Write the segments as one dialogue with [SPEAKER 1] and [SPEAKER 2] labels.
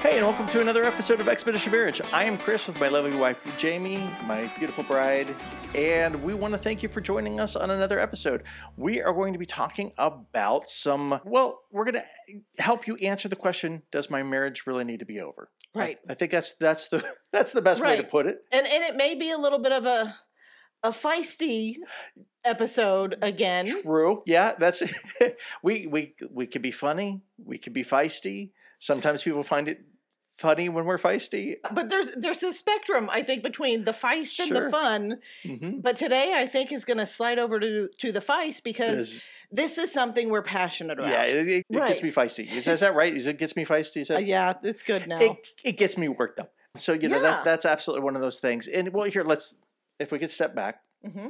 [SPEAKER 1] Hey, and welcome to another episode of Expedition Marriage. I am Chris with my lovely wife, Jamie, my beautiful bride, and we want to thank you for joining us on another episode. We are going to be talking about some, well, we're going to help you answer the question Does my marriage really need to be over? I-
[SPEAKER 2] Right.
[SPEAKER 1] I, think that's that's the that's the best way to
[SPEAKER 2] Right.
[SPEAKER 1] put it.
[SPEAKER 2] And and it may be a little bit of a a feisty episode again.
[SPEAKER 1] True. Yeah, that's we we we could be funny. We could be feisty. Sometimes people find it funny when we're feisty.
[SPEAKER 2] But there's there's a spectrum, I think, between the feist and
[SPEAKER 1] Sure.
[SPEAKER 2] the fun.
[SPEAKER 1] Mm-hmm.
[SPEAKER 2] But today I think is gonna slide over to to the feist because this is something we're passionate about.
[SPEAKER 1] Yeah, it, it, it gets
[SPEAKER 2] Right.
[SPEAKER 1] me feisty. Is, is that right? Is it gets me feisty? Is
[SPEAKER 2] Uh,
[SPEAKER 1] that,
[SPEAKER 2] yeah, it's good now.
[SPEAKER 1] it, it gets me worked up. So you know
[SPEAKER 2] Yeah.
[SPEAKER 1] that that's absolutely one of those things. And well, here let's if we could step back.
[SPEAKER 2] hmm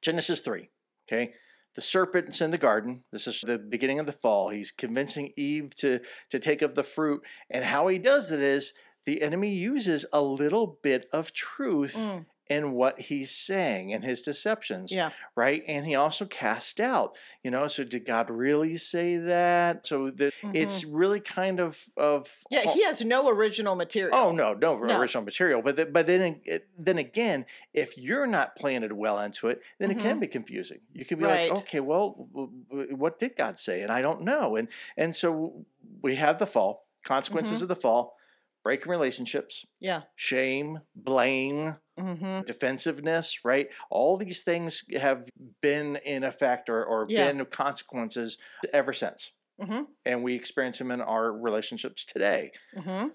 [SPEAKER 1] Genesis three. Okay, the serpent's in the garden. This is the beginning of the fall. He's convincing Eve to to take of the fruit, and how he does it is the enemy uses a little bit of truth
[SPEAKER 2] Mm,
[SPEAKER 1] in what he's saying and his deceptions
[SPEAKER 2] yeah.
[SPEAKER 1] right? And he also cast out, you know. So did God really say that? So the, it's really kind of of
[SPEAKER 2] mm-hmm. Yeah, he has no original material.
[SPEAKER 1] Oh no, no,
[SPEAKER 2] No.
[SPEAKER 1] original material. But th- but then it, then again, if you're not planted well into it, then it can be confusing. You can be
[SPEAKER 2] Mm-hmm. Right.
[SPEAKER 1] like, okay, well, w- w- what did God say? And I don't know. And and so we have the fall consequences
[SPEAKER 2] Mm-hmm.
[SPEAKER 1] of the fall, breaking relationships,
[SPEAKER 2] Yeah.
[SPEAKER 1] shame, blame,
[SPEAKER 2] hmm
[SPEAKER 1] defensiveness, right? All these things have been in effect or, or
[SPEAKER 2] Yeah.
[SPEAKER 1] been consequences ever since.
[SPEAKER 2] Mhm.
[SPEAKER 1] And we experience them in our relationships today.
[SPEAKER 2] hmm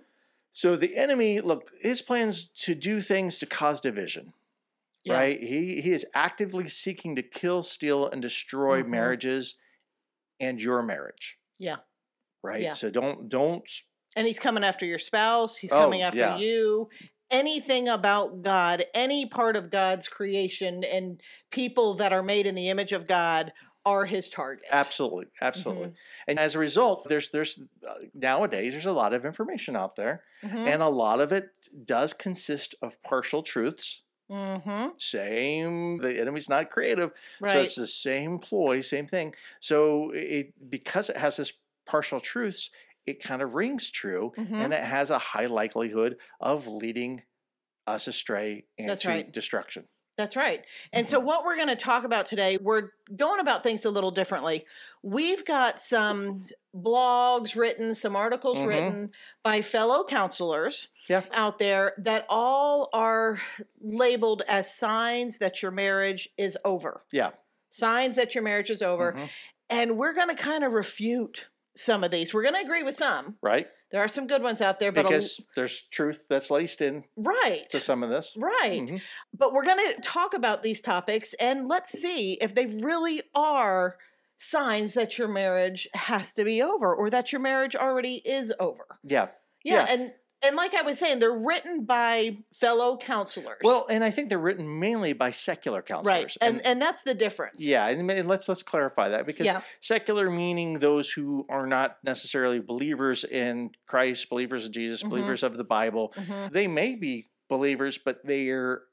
[SPEAKER 1] So the enemy, look, his plans to do things to cause division,
[SPEAKER 2] Yeah.
[SPEAKER 1] right? He he is actively seeking to kill, steal, and destroy
[SPEAKER 2] Mhm.
[SPEAKER 1] marriages and your marriage.
[SPEAKER 2] Yeah.
[SPEAKER 1] Right.
[SPEAKER 2] Yeah.
[SPEAKER 1] So don't don't
[SPEAKER 2] And he's coming after your spouse, he's
[SPEAKER 1] Oh,
[SPEAKER 2] coming after
[SPEAKER 1] yeah.
[SPEAKER 2] you. Anything about God, any part of God's creation and people that are made in the image of God are his target.
[SPEAKER 1] absolutely, absolutely.
[SPEAKER 2] Mm-hmm.
[SPEAKER 1] And as a result, there's there's uh, nowadays there's a lot of information out there.
[SPEAKER 2] Mhm,
[SPEAKER 1] And a lot of it does consist of partial truths.
[SPEAKER 2] mhm,
[SPEAKER 1] Same, the enemy's not creative. So
[SPEAKER 2] Right.
[SPEAKER 1] it's the same ploy, same thing. So it because it has this partial truths, it kind of rings true
[SPEAKER 2] mhm,
[SPEAKER 1] and it has a high likelihood of leading us astray and
[SPEAKER 2] That's
[SPEAKER 1] to
[SPEAKER 2] right.
[SPEAKER 1] destruction.
[SPEAKER 2] That's right. And
[SPEAKER 1] Mm-hmm.
[SPEAKER 2] so, what we're going to talk about today, we're going about things a little differently. We've got some blogs written, some articles
[SPEAKER 1] Mhm.
[SPEAKER 2] written by fellow counselors
[SPEAKER 1] Yeah.
[SPEAKER 2] out there that all are labeled as signs that your marriage is over.
[SPEAKER 1] Yeah.
[SPEAKER 2] Signs that your marriage is over.
[SPEAKER 1] Mhm.
[SPEAKER 2] And we're going to kind of refute some of these. We're going to agree with some.
[SPEAKER 1] Right?
[SPEAKER 2] There are some good ones out there, but a-
[SPEAKER 1] Because there's truth that's laced in
[SPEAKER 2] right.
[SPEAKER 1] to some of this.
[SPEAKER 2] Right.
[SPEAKER 1] Mhm.
[SPEAKER 2] But we're going to talk about these topics and let's see if they really are signs that your marriage has to be over or that your marriage already is over.
[SPEAKER 1] Yeah.
[SPEAKER 2] Yeah,
[SPEAKER 1] Yeah.
[SPEAKER 2] and and like I was saying, they're written by fellow counselors.
[SPEAKER 1] Well, and I think they're written mainly by secular counselors.
[SPEAKER 2] right. And, and that's the difference.
[SPEAKER 1] yeah, and ma- let's let's clarify that because
[SPEAKER 2] Yeah.
[SPEAKER 1] secular meaning those who are not necessarily believers in Christ, believers in Jesus,
[SPEAKER 2] Mhm.
[SPEAKER 1] believers of the Bible.
[SPEAKER 2] Mhm.
[SPEAKER 1] They may be believers, but their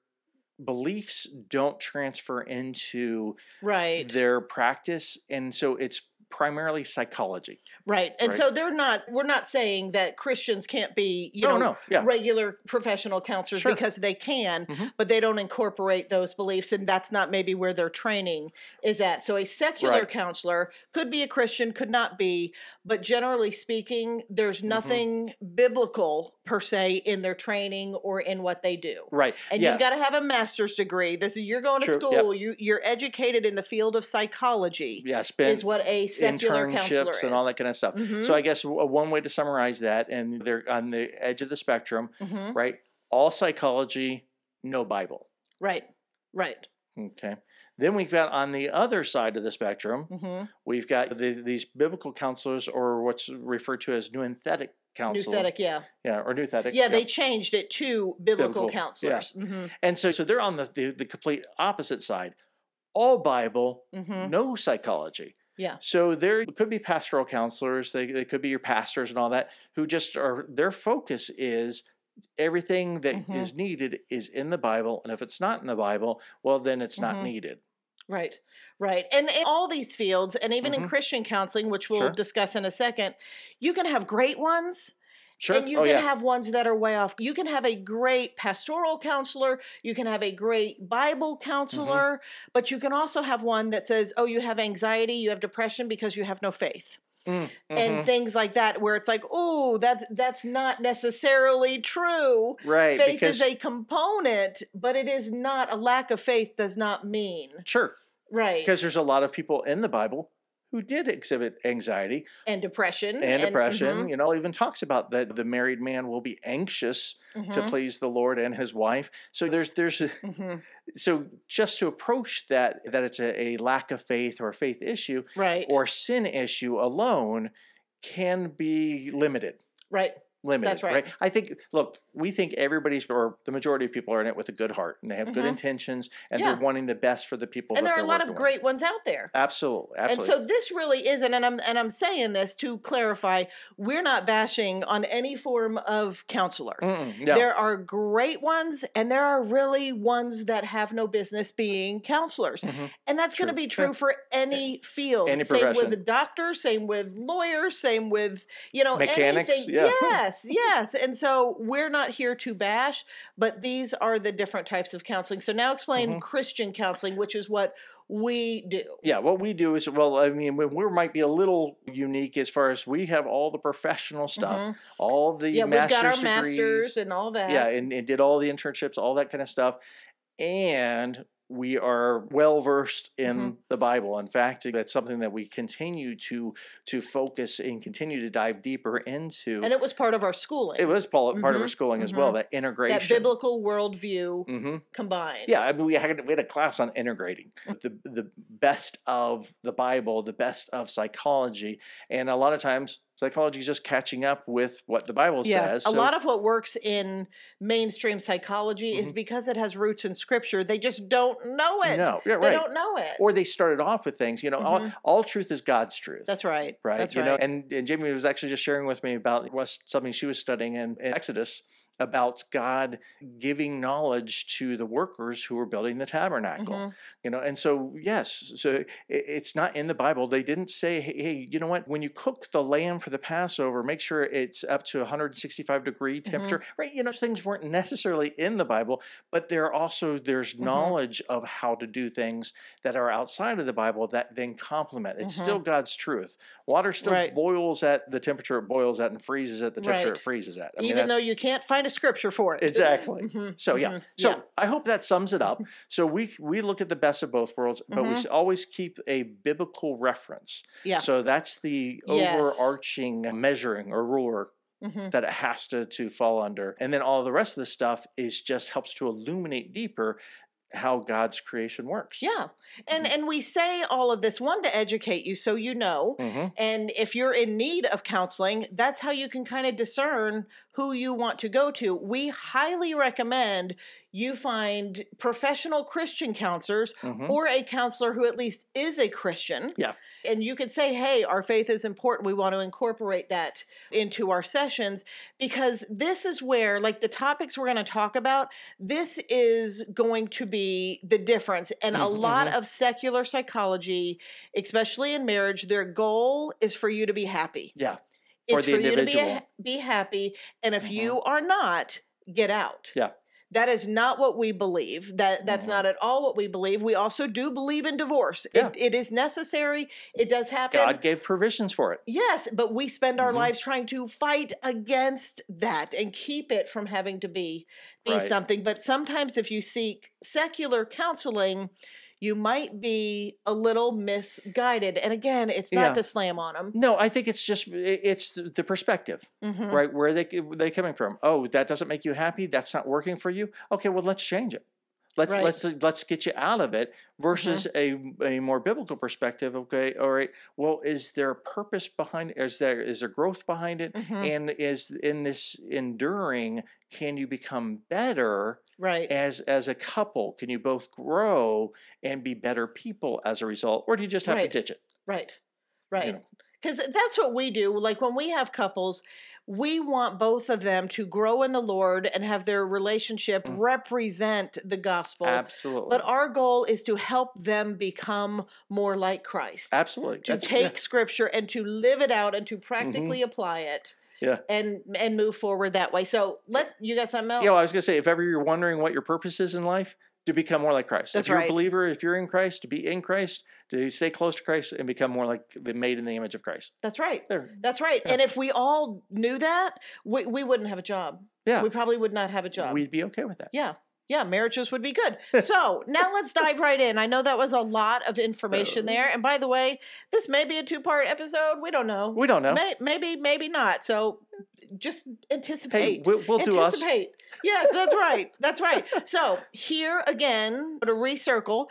[SPEAKER 1] beliefs don't transfer into
[SPEAKER 2] Right.
[SPEAKER 1] their practice, and so it's primarily psychology.
[SPEAKER 2] right. And
[SPEAKER 1] Right.
[SPEAKER 2] so they're not we're not saying that Christians can't be, you
[SPEAKER 1] no,
[SPEAKER 2] know,
[SPEAKER 1] no, yeah,
[SPEAKER 2] regular professional counselors
[SPEAKER 1] Sure.
[SPEAKER 2] because they can,
[SPEAKER 1] Mhm.
[SPEAKER 2] but they don't incorporate those beliefs, and that's not maybe where their training is at. So a secular
[SPEAKER 1] Right.
[SPEAKER 2] counselor could be a Christian, could not be, but generally speaking, there's
[SPEAKER 1] Mm-hmm.
[SPEAKER 2] nothing biblical per se in their training or in what they do.
[SPEAKER 1] right,
[SPEAKER 2] And
[SPEAKER 1] yeah,
[SPEAKER 2] you've got to have a master's degree. This is you're going to
[SPEAKER 1] True, yep.
[SPEAKER 2] school. You you're educated in the field of psychology
[SPEAKER 1] yeah, spend
[SPEAKER 2] is what a secular counselor
[SPEAKER 1] internships
[SPEAKER 2] is.
[SPEAKER 1] and all that kind of stuff.
[SPEAKER 2] Mhm,
[SPEAKER 1] So I guess w- one way to summarize that, and they're on the edge of the spectrum,
[SPEAKER 2] mhm.
[SPEAKER 1] right? All psychology, no Bible.
[SPEAKER 2] right, right.
[SPEAKER 1] Okay. Then we've got on the other side of the spectrum,
[SPEAKER 2] hmm
[SPEAKER 1] we've got the, these biblical counselors, or what's referred to as nuenthetic counselor.
[SPEAKER 2] Nuthetic, yeah.
[SPEAKER 1] Yeah, or nuenthetic.
[SPEAKER 2] Yeah, they changed it to biblical,
[SPEAKER 1] Biblical, yeah.
[SPEAKER 2] counselors. Mhm,
[SPEAKER 1] And so, so they're on the, the, the complete opposite side. All Bible,
[SPEAKER 2] mhm.
[SPEAKER 1] no psychology.
[SPEAKER 2] Yeah.
[SPEAKER 1] So there could be pastoral counselors, they, they could be your pastors and all that, who just are, their focus is everything that is
[SPEAKER 2] Mhm.
[SPEAKER 1] needed is in the Bible. And if it's not in the Bible, well, then it's not
[SPEAKER 2] Mhm.
[SPEAKER 1] needed.
[SPEAKER 2] Right, right. And in all these fields, and even
[SPEAKER 1] Mhm.
[SPEAKER 2] in Christian counseling, which we'll
[SPEAKER 1] Sure.
[SPEAKER 2] discuss in a second, you can have great ones
[SPEAKER 1] Sure.
[SPEAKER 2] And you
[SPEAKER 1] oh
[SPEAKER 2] can
[SPEAKER 1] yeah.
[SPEAKER 2] have ones that are way off. You can have a great pastoral counselor. You can have a great Bible
[SPEAKER 1] Mm-hmm.
[SPEAKER 2] counselor, but you can also have one that says, oh, you have anxiety, you have depression because you have no faith.
[SPEAKER 1] Mm,
[SPEAKER 2] And
[SPEAKER 1] mhm.
[SPEAKER 2] things like that, where it's like, oh, that's that's not necessarily true.
[SPEAKER 1] right
[SPEAKER 2] faith
[SPEAKER 1] because
[SPEAKER 2] is a component, but it is not a lack of faith does not mean
[SPEAKER 1] sure
[SPEAKER 2] right
[SPEAKER 1] because there's a lot of people in the Bible who did exhibit anxiety
[SPEAKER 2] and depression
[SPEAKER 1] and depression.
[SPEAKER 2] mhm,
[SPEAKER 1] You know, even talks about that the married man will be anxious to
[SPEAKER 2] mhm,
[SPEAKER 1] please the Lord and his wife. So there's there's
[SPEAKER 2] mhm,
[SPEAKER 1] so just to approach that that it's a, a lack of faith or a faith issue
[SPEAKER 2] right
[SPEAKER 1] or sin issue alone can be limited.
[SPEAKER 2] right
[SPEAKER 1] Limited,
[SPEAKER 2] right.
[SPEAKER 1] I think. Look, we think everybody's or the majority of people are in it with a good heart and they have good
[SPEAKER 2] Mhm.
[SPEAKER 1] intentions and
[SPEAKER 2] Yeah.
[SPEAKER 1] they're wanting the best for the people.
[SPEAKER 2] and
[SPEAKER 1] that
[SPEAKER 2] there are
[SPEAKER 1] they're
[SPEAKER 2] a lot of
[SPEAKER 1] working with.
[SPEAKER 2] great ones out there
[SPEAKER 1] Absolutely, absolutely.
[SPEAKER 2] And so this really isn't, and I'm and I'm saying this to clarify, we're not bashing on any form of counselor.
[SPEAKER 1] Mm-mm, no.
[SPEAKER 2] There are great ones, and there are really ones that have no business being counselors.
[SPEAKER 1] Mhm.
[SPEAKER 2] And that's going to
[SPEAKER 1] True.
[SPEAKER 2] be true
[SPEAKER 1] Yeah.
[SPEAKER 2] for any field.
[SPEAKER 1] Any
[SPEAKER 2] same with
[SPEAKER 1] profession.
[SPEAKER 2] a doctor, same with lawyers, same with, you know,
[SPEAKER 1] Mechanics,
[SPEAKER 2] anything.
[SPEAKER 1] yeah.
[SPEAKER 2] Yes, yes. And so we're not here to bash, but these are the different types of counseling. So now explain
[SPEAKER 1] Mhm.
[SPEAKER 2] Christian counseling, which is what we do. Mm-hmm.
[SPEAKER 1] Yeah, what we do is well, I mean, we, we might be a little unique as far as we have all the professional stuff,
[SPEAKER 2] Mhm.
[SPEAKER 1] all the
[SPEAKER 2] Yeah, we've
[SPEAKER 1] master's
[SPEAKER 2] got our
[SPEAKER 1] degrees,
[SPEAKER 2] masters and all that.
[SPEAKER 1] yeah, and, and did all the internships, all that kind of stuff, and we are well versed in
[SPEAKER 2] Mhm.
[SPEAKER 1] the Bible. In fact, that's something that we continue to to focus and continue to dive deeper into.
[SPEAKER 2] and it was part of our schooling.
[SPEAKER 1] it was part, part of our
[SPEAKER 2] Mhm,
[SPEAKER 1] schooling as well
[SPEAKER 2] mhm.
[SPEAKER 1] that integration.
[SPEAKER 2] that biblical worldview
[SPEAKER 1] hmm
[SPEAKER 2] combined.
[SPEAKER 1] Yeah, I mean, we had we had a class on integrating
[SPEAKER 2] Mm.
[SPEAKER 1] the the best of the Bible, the best of psychology, and a lot of times psychology is just catching up with what the Bible says.
[SPEAKER 2] a lot of what works in mainstream psychology is because it has roots in scripture. They just don't know it.
[SPEAKER 1] Mm-hmm. no, yeah,
[SPEAKER 2] They
[SPEAKER 1] right.
[SPEAKER 2] don't know it.
[SPEAKER 1] Or they started off with things, you know, all,
[SPEAKER 2] Mhm.
[SPEAKER 1] all truth is God's truth.
[SPEAKER 2] that's right.
[SPEAKER 1] right.
[SPEAKER 2] That's
[SPEAKER 1] you
[SPEAKER 2] right.
[SPEAKER 1] know, and, and Jamie was actually just sharing with me about was something she was studying in, in Exodus about God giving knowledge to the workers who were building the tabernacle.
[SPEAKER 2] Mhm.
[SPEAKER 1] you know and so yes so i- it's not in the bible they didn't say hey hey, you know what when you cook the lamb for the passover make sure it's up to 165 degree
[SPEAKER 2] Mm-hmm.
[SPEAKER 1] temperature right you know things weren't necessarily in the bible but there are also there's
[SPEAKER 2] Mhm.
[SPEAKER 1] knowledge of how to do things that are outside of the bible that then complement it's still god's truth water still
[SPEAKER 2] Mm-hmm. Right.
[SPEAKER 1] boils at the temperature it boils at and freezes at the temperature
[SPEAKER 2] Right.
[SPEAKER 1] it freezes at I mean,
[SPEAKER 2] Even though
[SPEAKER 1] that's-
[SPEAKER 2] you can't find a scripture for it.
[SPEAKER 1] Exactly.
[SPEAKER 2] Mhm,
[SPEAKER 1] so yeah.
[SPEAKER 2] mhm,
[SPEAKER 1] So I hope that sums it up. So we we look at the best of both worlds, but we
[SPEAKER 2] Mhm.
[SPEAKER 1] s- always keep a biblical reference.
[SPEAKER 2] Yeah.
[SPEAKER 1] So that's the
[SPEAKER 2] Yes.
[SPEAKER 1] overarching measuring or ruler
[SPEAKER 2] mhm.
[SPEAKER 1] that it has to to fall under, and then all the rest of the stuff is just helps to illuminate deeper how God's creation works.
[SPEAKER 2] Yeah.
[SPEAKER 1] Mm-hmm.
[SPEAKER 2] And and we say all of this one to educate you so you know.
[SPEAKER 1] Mhm.
[SPEAKER 2] And if you're in need of counseling, that's how you can kind of discern who you want to go to. We highly recommend you find professional Christian counselors
[SPEAKER 1] Mhm.
[SPEAKER 2] or a counselor who at least is a Christian.
[SPEAKER 1] Yeah.
[SPEAKER 2] And you could say, hey, our faith is important. We want to incorporate that into our sessions because this is where, like the topics we're going to talk about, this is going to be the difference. And a
[SPEAKER 1] Mhm,
[SPEAKER 2] lot of secular psychology, especially in marriage, their goal is for you to be happy.
[SPEAKER 1] Yeah.
[SPEAKER 2] It's
[SPEAKER 1] For the
[SPEAKER 2] for you to be,
[SPEAKER 1] individual.
[SPEAKER 2] a, be happy. And if
[SPEAKER 1] Mhm.
[SPEAKER 2] you are not, get out.
[SPEAKER 1] Yeah.
[SPEAKER 2] That is not what we believe. That that's
[SPEAKER 1] Mhm.
[SPEAKER 2] not at all what we believe. We also do believe in divorce.
[SPEAKER 1] Yeah.
[SPEAKER 2] It, it is necessary. It does happen.
[SPEAKER 1] God gave provisions for it.
[SPEAKER 2] Yes, but we spend our
[SPEAKER 1] Mhm.
[SPEAKER 2] lives trying to fight against that and keep it from having to be be
[SPEAKER 1] Right.
[SPEAKER 2] something. But sometimes if you seek secular counseling, you might be a little misguided. And again, it's not
[SPEAKER 1] Yeah.
[SPEAKER 2] to slam on them.
[SPEAKER 1] No, I think it's just i- it's the the perspective.
[SPEAKER 2] Mm. Mm-hmm.
[SPEAKER 1] right where they they coming from oh that doesn't make you happy that's not working for you okay well let's change it let's
[SPEAKER 2] Right. Mm-hmm.
[SPEAKER 1] let's let's get you out of it versus a a more biblical perspective okay all right well is there a purpose behind is there is there growth behind it
[SPEAKER 2] Mm-hmm.
[SPEAKER 1] and is in this enduring can you become better
[SPEAKER 2] Right.
[SPEAKER 1] as as a couple can you both grow and be better people as a result or do you just have
[SPEAKER 2] Right.
[SPEAKER 1] to ditch it
[SPEAKER 2] Right.
[SPEAKER 1] you
[SPEAKER 2] Right.
[SPEAKER 1] know?
[SPEAKER 2] Because that's what we do. Like when we have couples, we want both of them to grow in the Lord and have their relationship
[SPEAKER 1] Mm.
[SPEAKER 2] represent the gospel.
[SPEAKER 1] absolutely
[SPEAKER 2] But our goal is to help them become more like Christ.
[SPEAKER 1] absolutely
[SPEAKER 2] To
[SPEAKER 1] That's- yeah. Mm-hmm.
[SPEAKER 2] take scripture and to live it out and to practically apply it.
[SPEAKER 1] Yeah.
[SPEAKER 2] and and move forward that way. So let's. You got something else?
[SPEAKER 1] Yeah, well, I was gonna say, if ever you're wondering what your purpose is in life, to become more like Christ.
[SPEAKER 2] That's
[SPEAKER 1] if you're
[SPEAKER 2] right.
[SPEAKER 1] a believer, if you're in Christ, to be in Christ, to stay close to Christ, and become more like the made in the image of Christ.
[SPEAKER 2] That's right.
[SPEAKER 1] There.
[SPEAKER 2] That's right.
[SPEAKER 1] Yeah.
[SPEAKER 2] And if we all knew that, we, we wouldn't have a job.
[SPEAKER 1] Yeah.
[SPEAKER 2] We probably would not have a job.
[SPEAKER 1] We'd be okay with that.
[SPEAKER 2] yeah. Yeah, marriages would be good. So now let's dive right in. I know that was a lot of information
[SPEAKER 1] Uh,
[SPEAKER 2] there. And by the way, this may be a two part episode. We don't know.
[SPEAKER 1] We don't know.
[SPEAKER 2] May, maybe, maybe not. So just anticipate.
[SPEAKER 1] hey, we'll, we'll do us.
[SPEAKER 2] Anticipate. Yes, that's right. That's right. So here again, to recircle,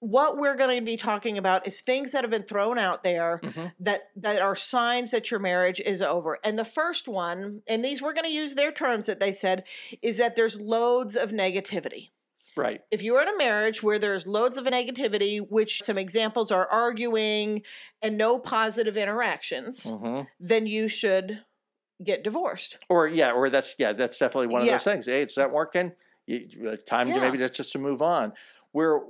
[SPEAKER 2] what we're going to be talking about is things that have been thrown out there
[SPEAKER 1] Mhm.
[SPEAKER 2] that that are signs that your marriage is over. And the first one, and these we're going to use their terms that they said, is that there's loads of negativity.
[SPEAKER 1] Right.
[SPEAKER 2] If you're in a marriage where there's loads of negativity, which some examples are arguing and no positive interactions,
[SPEAKER 1] hmm
[SPEAKER 2] then you should get divorced.
[SPEAKER 1] Or yeah, or that's yeah, that's definitely one of
[SPEAKER 2] Yeah.
[SPEAKER 1] those things. Hey, it's not working. You, you- uh, time
[SPEAKER 2] Yeah.
[SPEAKER 1] to maybe that's just to move on. Where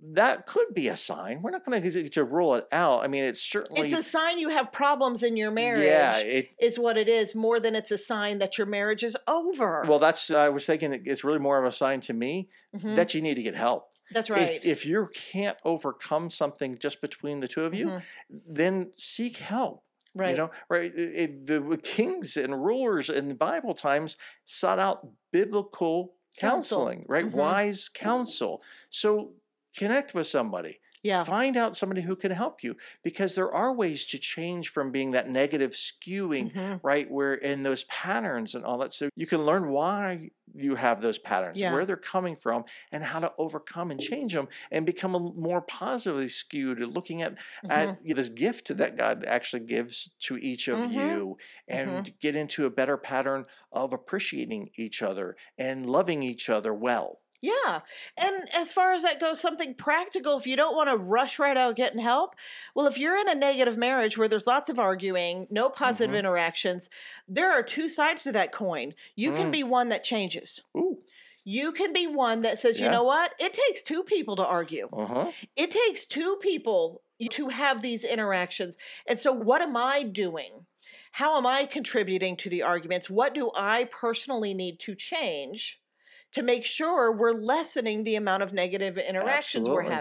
[SPEAKER 1] that could be a sign. We're not going to to rule it out. I mean, it's certainly
[SPEAKER 2] It's a sign you have problems in your marriage.
[SPEAKER 1] Yeah, it,
[SPEAKER 2] is what it is more than it's a sign that your marriage is over.
[SPEAKER 1] well, that's I was thinking. it- It's really more of a sign to me
[SPEAKER 2] Mhm.
[SPEAKER 1] that you need to get help.
[SPEAKER 2] that's right.
[SPEAKER 1] If, if you can't overcome something just between the two of you,
[SPEAKER 2] Mhm.
[SPEAKER 1] then seek help.
[SPEAKER 2] right.
[SPEAKER 1] You know, right? It- it- the kings and rulers in the Bible times sought out biblical
[SPEAKER 2] Counsel.
[SPEAKER 1] counseling, right?
[SPEAKER 2] Mhm.
[SPEAKER 1] Wise counsel. So connect with somebody.
[SPEAKER 2] yeah.
[SPEAKER 1] Find out somebody who can help you because there are ways to change from being that negative skewing,
[SPEAKER 2] Mhm.
[SPEAKER 1] right? Where in those patterns and all that. So you can learn why you have those patterns,
[SPEAKER 2] Yeah.
[SPEAKER 1] where they're coming from, and how to overcome and change them and become a more positively skewed, looking at
[SPEAKER 2] Mhm.
[SPEAKER 1] at this gift that God actually gives to each of
[SPEAKER 2] Mhm.
[SPEAKER 1] you and get into a better pattern of appreciating each other and loving each other well.
[SPEAKER 2] yeah. And as far as that goes, something practical, if you don't want to rush right out getting help, well, if you're in a negative marriage where there's lots of arguing, no positive
[SPEAKER 1] Mhm.
[SPEAKER 2] interactions, there are two sides to that coin. You can
[SPEAKER 1] Mm.
[SPEAKER 2] be one that changes.
[SPEAKER 1] Ooh.
[SPEAKER 2] You can be one that says, you
[SPEAKER 1] Yeah.
[SPEAKER 2] know what? It takes two people to argue.
[SPEAKER 1] Uh-huh.
[SPEAKER 2] it takes two people to have these interactions. And so, what am I doing? How am I contributing to the arguments? What do I personally need to change to make sure we're lessening the amount of negative interactions we're
[SPEAKER 1] Absolutely.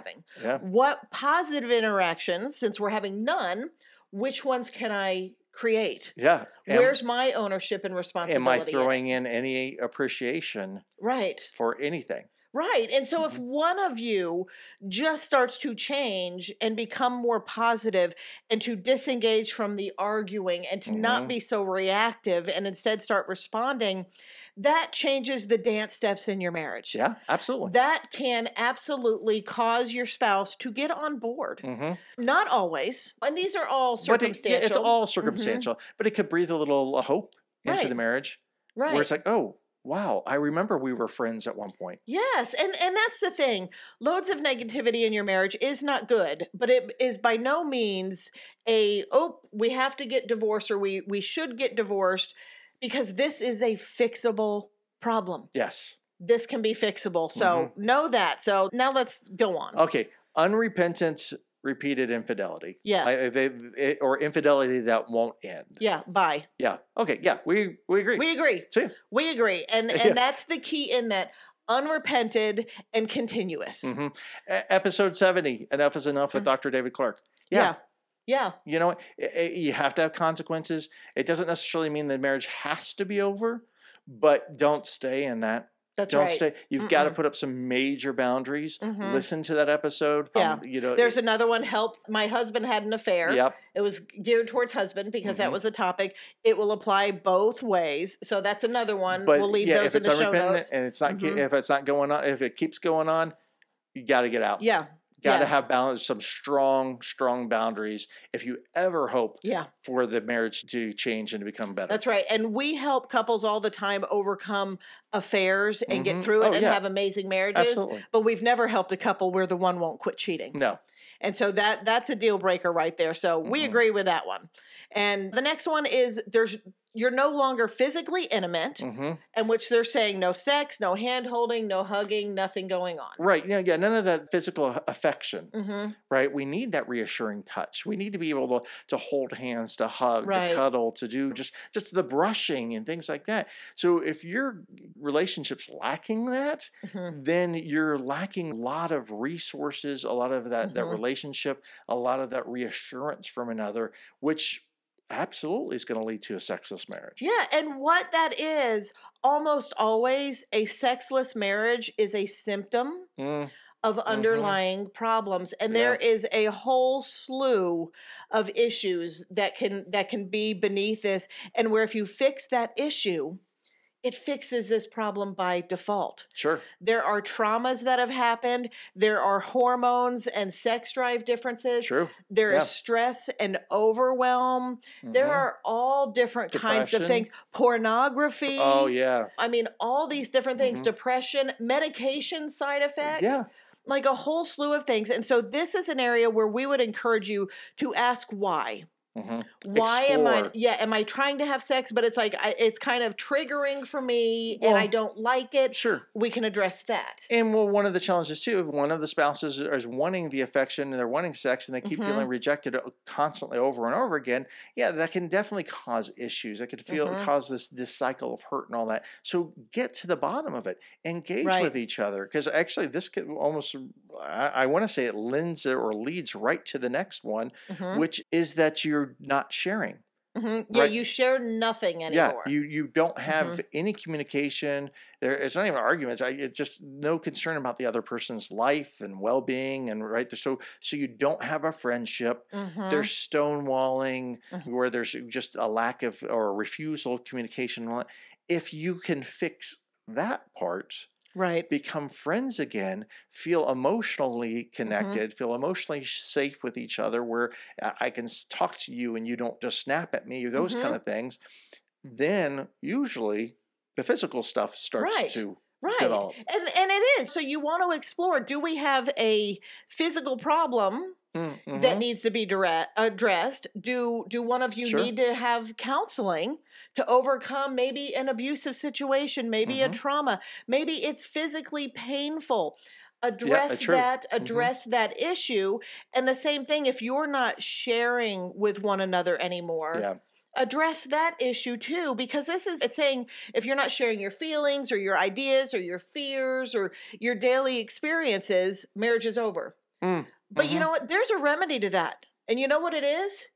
[SPEAKER 1] Yeah.
[SPEAKER 2] having? What positive interactions, since we're having none, which ones can I create?
[SPEAKER 1] Yeah. Am,
[SPEAKER 2] Where's my ownership and responsibility?
[SPEAKER 1] am I
[SPEAKER 2] in it?
[SPEAKER 1] throwing in any appreciation
[SPEAKER 2] right?
[SPEAKER 1] for anything?
[SPEAKER 2] Right. And so if
[SPEAKER 1] Mhm.
[SPEAKER 2] one of you just starts to change and become more positive and to disengage from the arguing and to not
[SPEAKER 1] Mhm.
[SPEAKER 2] be so reactive and instead start responding, that changes the dance steps in your marriage.
[SPEAKER 1] Yeah, absolutely.
[SPEAKER 2] That can absolutely cause your spouse to get on board.
[SPEAKER 1] mm-hmm.
[SPEAKER 2] Not always. And these are all
[SPEAKER 1] But it-
[SPEAKER 2] circumstantial. Mm-hmm.
[SPEAKER 1] yeah, it's all circumstantial, but it could breathe a little uh, hope into
[SPEAKER 2] Right.
[SPEAKER 1] the marriage
[SPEAKER 2] right.
[SPEAKER 1] where it's like, oh, wow, I remember we were friends at one point.
[SPEAKER 2] Yes, and and that's the thing. Loads of negativity in your marriage is not good, but it is by no means a oh, we have to get divorced or we we should get divorced because this is a fixable problem.
[SPEAKER 1] Yes.
[SPEAKER 2] This can be fixable. So know that. So now let's go on.
[SPEAKER 1] Mm-hmm. Okay. Unrepentant repeated infidelity.
[SPEAKER 2] yeah.
[SPEAKER 1] I, I- they, it, or infidelity that won't end.
[SPEAKER 2] yeah, bye.
[SPEAKER 1] Yeah. Okay. Yeah. We we agree.
[SPEAKER 2] We agree.
[SPEAKER 1] Too.
[SPEAKER 2] We agree. And and
[SPEAKER 1] Yeah.
[SPEAKER 2] that's the key in that unrepented and continuous.
[SPEAKER 1] Mhm. E- Episode seventy. Enough is enough with
[SPEAKER 2] Mhm.
[SPEAKER 1] Dr. David Clark.
[SPEAKER 2] Yeah. Yeah.
[SPEAKER 1] You know what? I- I- You have to have consequences. It doesn't necessarily mean the marriage has to be over, but don't stay in that.
[SPEAKER 2] That's
[SPEAKER 1] don't
[SPEAKER 2] right.
[SPEAKER 1] stay. You've got to
[SPEAKER 2] Mm-mm.
[SPEAKER 1] put up some major boundaries.
[SPEAKER 2] Mhm.
[SPEAKER 1] Listen to that episode. um,
[SPEAKER 2] Yeah.
[SPEAKER 1] you know.
[SPEAKER 2] There's another one help my husband had an affair.
[SPEAKER 1] Yep.
[SPEAKER 2] It was geared towards husband because that
[SPEAKER 1] Mhm.
[SPEAKER 2] was a topic. It will apply both ways. So that's another one. we'll leave those in the show
[SPEAKER 1] unrepentant
[SPEAKER 2] notes.
[SPEAKER 1] and it's not ge-
[SPEAKER 2] Mhm.
[SPEAKER 1] if it's not going on, if it keeps going on, you got to get out.
[SPEAKER 2] Yeah.
[SPEAKER 1] got to
[SPEAKER 2] yeah.
[SPEAKER 1] have balance, some strong, strong boundaries if you ever hope
[SPEAKER 2] Yeah,
[SPEAKER 1] for the marriage to change and to become better.
[SPEAKER 2] that's right. And we help couples all the time overcome affairs and get
[SPEAKER 1] Mhm.
[SPEAKER 2] through it
[SPEAKER 1] Oh,
[SPEAKER 2] and
[SPEAKER 1] yeah.
[SPEAKER 2] have amazing marriages.
[SPEAKER 1] Absolutely.
[SPEAKER 2] But we've never helped a couple where the one won't quit cheating.
[SPEAKER 1] No.
[SPEAKER 2] And so that that's a deal breaker right there. So we
[SPEAKER 1] Mhm.
[SPEAKER 2] agree with that one. And the next one is there's you're no longer physically intimate,
[SPEAKER 1] hmm
[SPEAKER 2] in which they're saying no sex, no hand holding, no hugging, nothing going on.
[SPEAKER 1] Right. Yeah. Yeah. None of that physical a- affection.
[SPEAKER 2] Mm-hmm.
[SPEAKER 1] Right. We need that reassuring touch. We need to be able to to hold hands, to hug,
[SPEAKER 2] Right.
[SPEAKER 1] to cuddle, to do just just the brushing and things like that. So if your relationship's lacking that,
[SPEAKER 2] Mm-hmm.
[SPEAKER 1] then you're lacking a lot of resources, a lot of that that
[SPEAKER 2] Mhm.
[SPEAKER 1] relationship, a lot of that reassurance from another, which absolutely is going to lead to a sexless marriage.
[SPEAKER 2] Yeah, and what that is almost always a sexless marriage is a symptom
[SPEAKER 1] Mm,
[SPEAKER 2] of underlying problems and
[SPEAKER 1] Yeah.
[SPEAKER 2] there is a whole slew of issues that can that can be beneath this and where if you fix that issue it fixes this problem by default
[SPEAKER 1] sure.
[SPEAKER 2] there are traumas that have happened there are hormones and sex drive differences
[SPEAKER 1] True.
[SPEAKER 2] There is
[SPEAKER 1] yeah.
[SPEAKER 2] stress and overwhelm there
[SPEAKER 1] Mhm.
[SPEAKER 2] are all different kinds of
[SPEAKER 1] Depression.
[SPEAKER 2] things pornography
[SPEAKER 1] Oh yeah.
[SPEAKER 2] i mean all these different things
[SPEAKER 1] Mhm.
[SPEAKER 2] depression medication side effects
[SPEAKER 1] Yeah.
[SPEAKER 2] like a whole slew of things. And so this is an area where we would encourage you to ask why.
[SPEAKER 1] Mhm.
[SPEAKER 2] Why am I
[SPEAKER 1] Explore.
[SPEAKER 2] yeah, am I trying to have sex but it's like I, it's kind of triggering for me and I
[SPEAKER 1] Well-
[SPEAKER 2] don't like it.
[SPEAKER 1] Sure.
[SPEAKER 2] We can address that.
[SPEAKER 1] And well, one of the challenges too, if one of the spouses is wanting the affection and they're wanting sex and they keep
[SPEAKER 2] Mhm.
[SPEAKER 1] feeling rejected o- constantly over and over again, yeah, that can definitely cause issues. That could feel
[SPEAKER 2] Mhm.
[SPEAKER 1] cause this this cycle of hurt and all that. So get to the bottom of it. Engage
[SPEAKER 2] Right.
[SPEAKER 1] with each other because actually this could almost I, I want to say it lends or leads right to the next one,
[SPEAKER 2] Mhm,
[SPEAKER 1] which is that you're not sharing.
[SPEAKER 2] mhm. Yeah,
[SPEAKER 1] right.
[SPEAKER 2] you share nothing anymore.
[SPEAKER 1] Yeah, you you don't have any communication. There, it's not even arguments. I, it's just no concern about the other person's life and well being, and right. So so you don't have a friendship.
[SPEAKER 2] Mhm,
[SPEAKER 1] There's stonewalling
[SPEAKER 2] Mhm.
[SPEAKER 1] where there's just a lack of or a refusal of communication. and all that. If you can fix that part,
[SPEAKER 2] Right.
[SPEAKER 1] become friends again, feel emotionally
[SPEAKER 2] Mm-hmm.
[SPEAKER 1] connected, feel emotionally safe with each other, where I I can s- talk to you and you don't just snap at me, those
[SPEAKER 2] Mm-hmm.
[SPEAKER 1] kind of things, then usually the physical stuff starts
[SPEAKER 2] Right.
[SPEAKER 1] to
[SPEAKER 2] Right.
[SPEAKER 1] develop.
[SPEAKER 2] And and it is. So you want to explore, do we have a physical problem
[SPEAKER 1] Mm,
[SPEAKER 2] that
[SPEAKER 1] mhm.
[SPEAKER 2] needs to be dire- addressed do do one of you
[SPEAKER 1] Sure.
[SPEAKER 2] need to have counseling to overcome maybe an abusive situation maybe a
[SPEAKER 1] Mhm.
[SPEAKER 2] trauma maybe it's physically painful address
[SPEAKER 1] true. Mm-hmm.
[SPEAKER 2] that address that issue and the same thing if you're not sharing with one another anymore
[SPEAKER 1] Yeah.
[SPEAKER 2] address that issue too because this is it's saying if you're not sharing your feelings or your ideas or your fears or your daily experiences marriage is over
[SPEAKER 1] Mm,
[SPEAKER 2] but you
[SPEAKER 1] mhm.
[SPEAKER 2] know what there's a remedy to that and you know what it is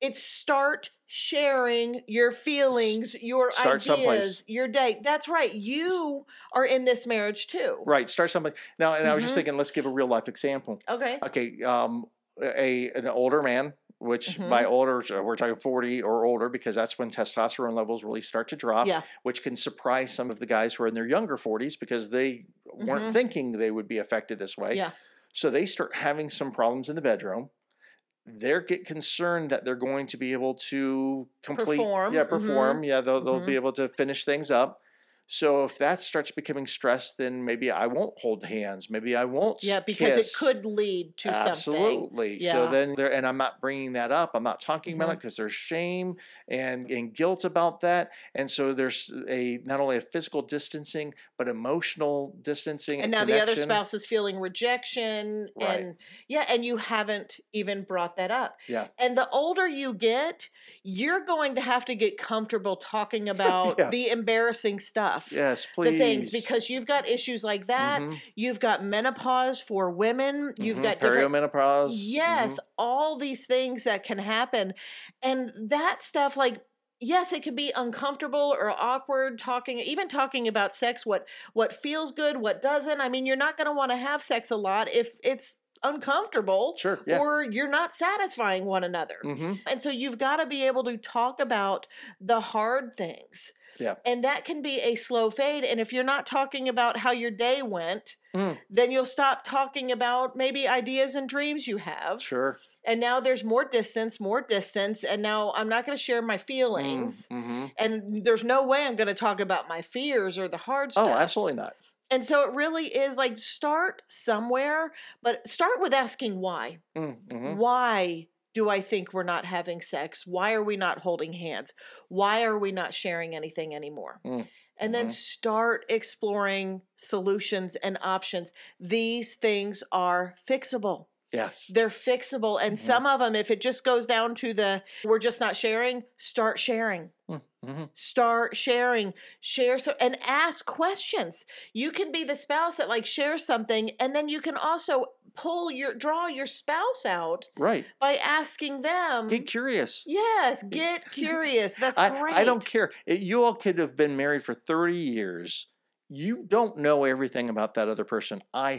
[SPEAKER 2] it's start sharing your feelings your
[SPEAKER 1] start
[SPEAKER 2] ideas
[SPEAKER 1] someplace.
[SPEAKER 2] your day that's right you are in this marriage too
[SPEAKER 1] Right. Start something. Now, and I was
[SPEAKER 2] Mhm.
[SPEAKER 1] just thinking, let's give a real life example.
[SPEAKER 2] okay
[SPEAKER 1] Okay, um, a an older man, which
[SPEAKER 2] Mm-hmm.
[SPEAKER 1] by older so we're talking forty or older, because that's when testosterone levels really start to drop.
[SPEAKER 2] Yeah.
[SPEAKER 1] which can surprise some of the guys who are in their younger forties because they weren't
[SPEAKER 2] Mhm.
[SPEAKER 1] thinking they would be affected this way.
[SPEAKER 2] Yeah.
[SPEAKER 1] so they start having some problems in the bedroom. They get concerned that they're going to be able to complete,
[SPEAKER 2] Perform,
[SPEAKER 1] yeah,
[SPEAKER 2] mhm.
[SPEAKER 1] perform, yeah, they'll, they'll
[SPEAKER 2] Mhm.
[SPEAKER 1] be able to finish things up. So if that starts becoming stress, then maybe I won't hold hands. Maybe I won't.
[SPEAKER 2] yeah because
[SPEAKER 1] kiss.
[SPEAKER 2] it could lead to something
[SPEAKER 1] Absolutely.
[SPEAKER 2] Yeah.
[SPEAKER 1] So then there, and I'm not bringing that up. I'm not talking about
[SPEAKER 2] Mhm.
[SPEAKER 1] it because there's shame and, and guilt about that. And so there's a, not only a physical distancing, but emotional distancing.
[SPEAKER 2] and now the other
[SPEAKER 1] connection.
[SPEAKER 2] spouse is feeling rejection
[SPEAKER 1] Right.
[SPEAKER 2] and yeah and you haven't even brought that up
[SPEAKER 1] Yeah.
[SPEAKER 2] and the older you get you're going to have to get comfortable talking about
[SPEAKER 1] Yeah.
[SPEAKER 2] the embarrassing stuff
[SPEAKER 1] Yes, please.
[SPEAKER 2] the things because you've got issues like that.
[SPEAKER 1] Mhm,
[SPEAKER 2] You've got menopause for women. You've
[SPEAKER 1] mhm,
[SPEAKER 2] got different.
[SPEAKER 1] perimenopause. mm-hmm.
[SPEAKER 2] Yes, all these things that can happen. And that stuff, like, yes it can be uncomfortable or awkward talking even talking about sex what what feels good what doesn't i mean you're not going to want to have sex a lot if it's uncomfortable
[SPEAKER 1] mhm. Sure. Yeah.
[SPEAKER 2] or you're not satisfying one another
[SPEAKER 1] hmm
[SPEAKER 2] and so you've got to be able to talk about the hard things.
[SPEAKER 1] Yeah.
[SPEAKER 2] And that can be a slow fade. And if you're not talking about how your day went,
[SPEAKER 1] Mm.
[SPEAKER 2] then you'll stop talking about maybe ideas and dreams you have.
[SPEAKER 1] Sure.
[SPEAKER 2] And now there's more distance, more distance. And now I'm not going to share my
[SPEAKER 1] Mm.
[SPEAKER 2] feelings.
[SPEAKER 1] Mm-hmm.
[SPEAKER 2] And there's no way I'm going to talk about my fears or the hard stuff.
[SPEAKER 1] Oh, absolutely not.
[SPEAKER 2] And so it really is like start somewhere, but start with asking why
[SPEAKER 1] Mm-hmm.
[SPEAKER 2] why do I think we're not having sex? Why are we not holding hands? Why are we not sharing anything anymore?
[SPEAKER 1] Mm.
[SPEAKER 2] And then
[SPEAKER 1] Mhm.
[SPEAKER 2] start exploring solutions and options. These things are fixable.
[SPEAKER 1] Yes.
[SPEAKER 2] They're fixable. And
[SPEAKER 1] Mhm.
[SPEAKER 2] some of them, if it just goes down to the we're just not sharing, start sharing
[SPEAKER 1] Mm-hmm.
[SPEAKER 2] start sharing share so and ask questions you can be the spouse that like shares something and then you can also pull your draw your spouse out
[SPEAKER 1] Right.
[SPEAKER 2] by asking them
[SPEAKER 1] Get curious.
[SPEAKER 2] yes get curious that's
[SPEAKER 1] I,
[SPEAKER 2] great
[SPEAKER 1] I don't care. It- you all could have been married for 30 years. You don't know everything about that other person. I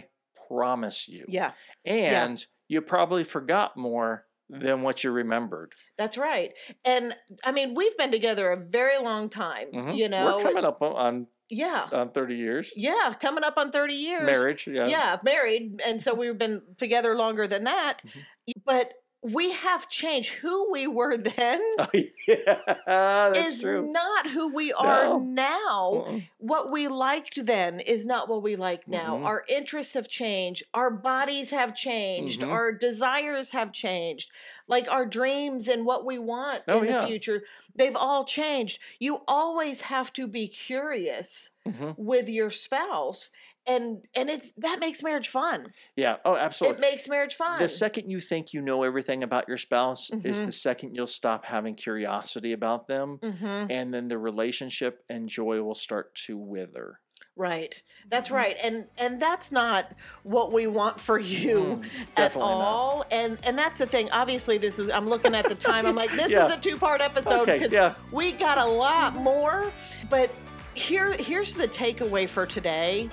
[SPEAKER 1] promise you.
[SPEAKER 2] yeah
[SPEAKER 1] And you probably forgot more than what you remembered.
[SPEAKER 2] that's right and i mean we've been together a very long time
[SPEAKER 1] Mhm.
[SPEAKER 2] you know
[SPEAKER 1] we're coming up on,
[SPEAKER 2] yeah
[SPEAKER 1] on 30 years.
[SPEAKER 2] yeah coming up on 30 years
[SPEAKER 1] Marriage. Yeah.
[SPEAKER 2] yeah married and so we've been together longer than that
[SPEAKER 1] Mhm.
[SPEAKER 2] but we have changed who we were then
[SPEAKER 1] Oh, yeah. That's
[SPEAKER 2] is
[SPEAKER 1] true.
[SPEAKER 2] not who we are
[SPEAKER 1] No.
[SPEAKER 2] now.
[SPEAKER 1] Mm-mm.
[SPEAKER 2] What we liked then is not what we like now.
[SPEAKER 1] Mhm.
[SPEAKER 2] Our interests have changed. Our bodies have changed.
[SPEAKER 1] Mhm.
[SPEAKER 2] Our desires have changed. Like our dreams and what we want
[SPEAKER 1] Oh,
[SPEAKER 2] in
[SPEAKER 1] yeah.
[SPEAKER 2] the future, they've all changed. You always have to be curious
[SPEAKER 1] Mhm.
[SPEAKER 2] with your spouse and and it's that makes marriage fun.
[SPEAKER 1] Yeah. Oh,
[SPEAKER 2] It
[SPEAKER 1] absolutely.
[SPEAKER 2] makes marriage fun.
[SPEAKER 1] The second you think you know everything about your spouse is
[SPEAKER 2] Mhm.
[SPEAKER 1] the second you'll stop having curiosity about them.
[SPEAKER 2] Mhm.
[SPEAKER 1] and then the relationship and joy will start to wither.
[SPEAKER 2] Right. That's
[SPEAKER 1] Mhm.
[SPEAKER 2] right. And and that's not what we want for you
[SPEAKER 1] Mm,
[SPEAKER 2] at
[SPEAKER 1] definitely not.
[SPEAKER 2] all. And and that's the thing. Obviously this is I'm looking at the time. I'm like this is
[SPEAKER 1] Yeah.
[SPEAKER 2] a two-part episode
[SPEAKER 1] Okay,
[SPEAKER 2] because
[SPEAKER 1] yeah.
[SPEAKER 2] we got a lot more, but here here's the takeaway for today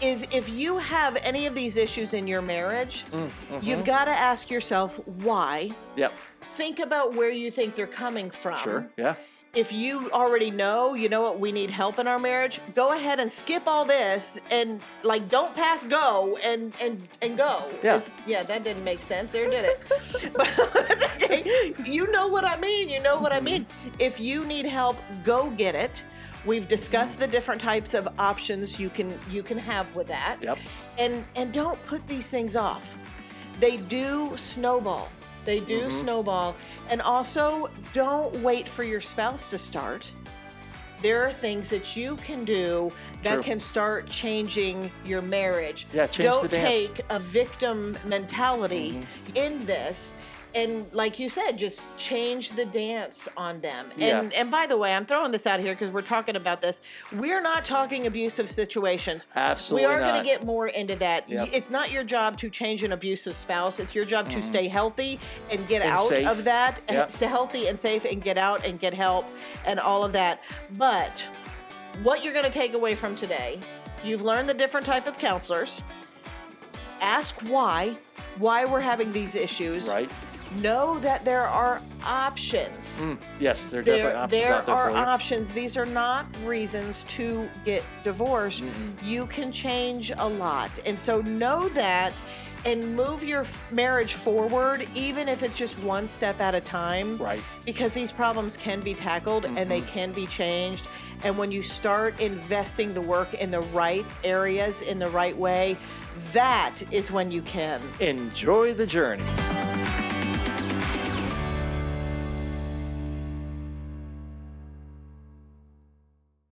[SPEAKER 2] is if you have any of these issues in your marriage,
[SPEAKER 1] Mm, mhm.
[SPEAKER 2] you've got to ask yourself why.
[SPEAKER 1] Yep.
[SPEAKER 2] Think about where you think they're coming from
[SPEAKER 1] Sure. Yeah.
[SPEAKER 2] if you already know, you know what, we need help in our marriage, go ahead and skip all this and like don't pass go and and and go.
[SPEAKER 1] Yeah.
[SPEAKER 2] Yeah, that didn't make sense. There did it. but that's okay. You know what I mean. You know what I mean. If you need help, go get it. We've discussed the different types of options you can you can have with that.
[SPEAKER 1] Yep.
[SPEAKER 2] And and don't put these things off. They do snowball. They do
[SPEAKER 1] Mhm.
[SPEAKER 2] snowball. And also, don't wait for your spouse to start. There are things that you can do that
[SPEAKER 1] True.
[SPEAKER 2] can start changing your marriage.
[SPEAKER 1] Yeah. Change
[SPEAKER 2] don't
[SPEAKER 1] the dance. Mm-hmm.
[SPEAKER 2] take a victim mentality in this. And like you said, just change the dance on them.
[SPEAKER 1] Yeah.
[SPEAKER 2] And and by the way, I'm throwing this out here because we're talking about this. We're not talking abusive situations
[SPEAKER 1] Absolutely
[SPEAKER 2] we are
[SPEAKER 1] not.
[SPEAKER 2] going to get more into that. Y-
[SPEAKER 1] Yep.
[SPEAKER 2] It's not your job to change an abusive spouse. It's your job to
[SPEAKER 1] Mhm.
[SPEAKER 2] stay healthy and get
[SPEAKER 1] And
[SPEAKER 2] out
[SPEAKER 1] safe.
[SPEAKER 2] of that, and
[SPEAKER 1] Yep.
[SPEAKER 2] stay healthy and safe, and get out and get help and all of that. But what you're going to take away from today, you've learned the different type of counselors. Ask why, why we're having these issues.
[SPEAKER 1] right.
[SPEAKER 2] Know that there are options
[SPEAKER 1] Mm, Yes. There are
[SPEAKER 2] there,
[SPEAKER 1] definitely options
[SPEAKER 2] there
[SPEAKER 1] out there
[SPEAKER 2] are
[SPEAKER 1] for you.
[SPEAKER 2] options. These are not reasons to get divorced.
[SPEAKER 1] Mm-mm.
[SPEAKER 2] You can change a lot. And so know that and move your f- marriage forward, even if it's just one step at a time,
[SPEAKER 1] Right.
[SPEAKER 2] because these problems can be tackled and they can be changed. And when you start investing the work in the right areas in the right way, that is when you can.
[SPEAKER 1] Enjoy the journey.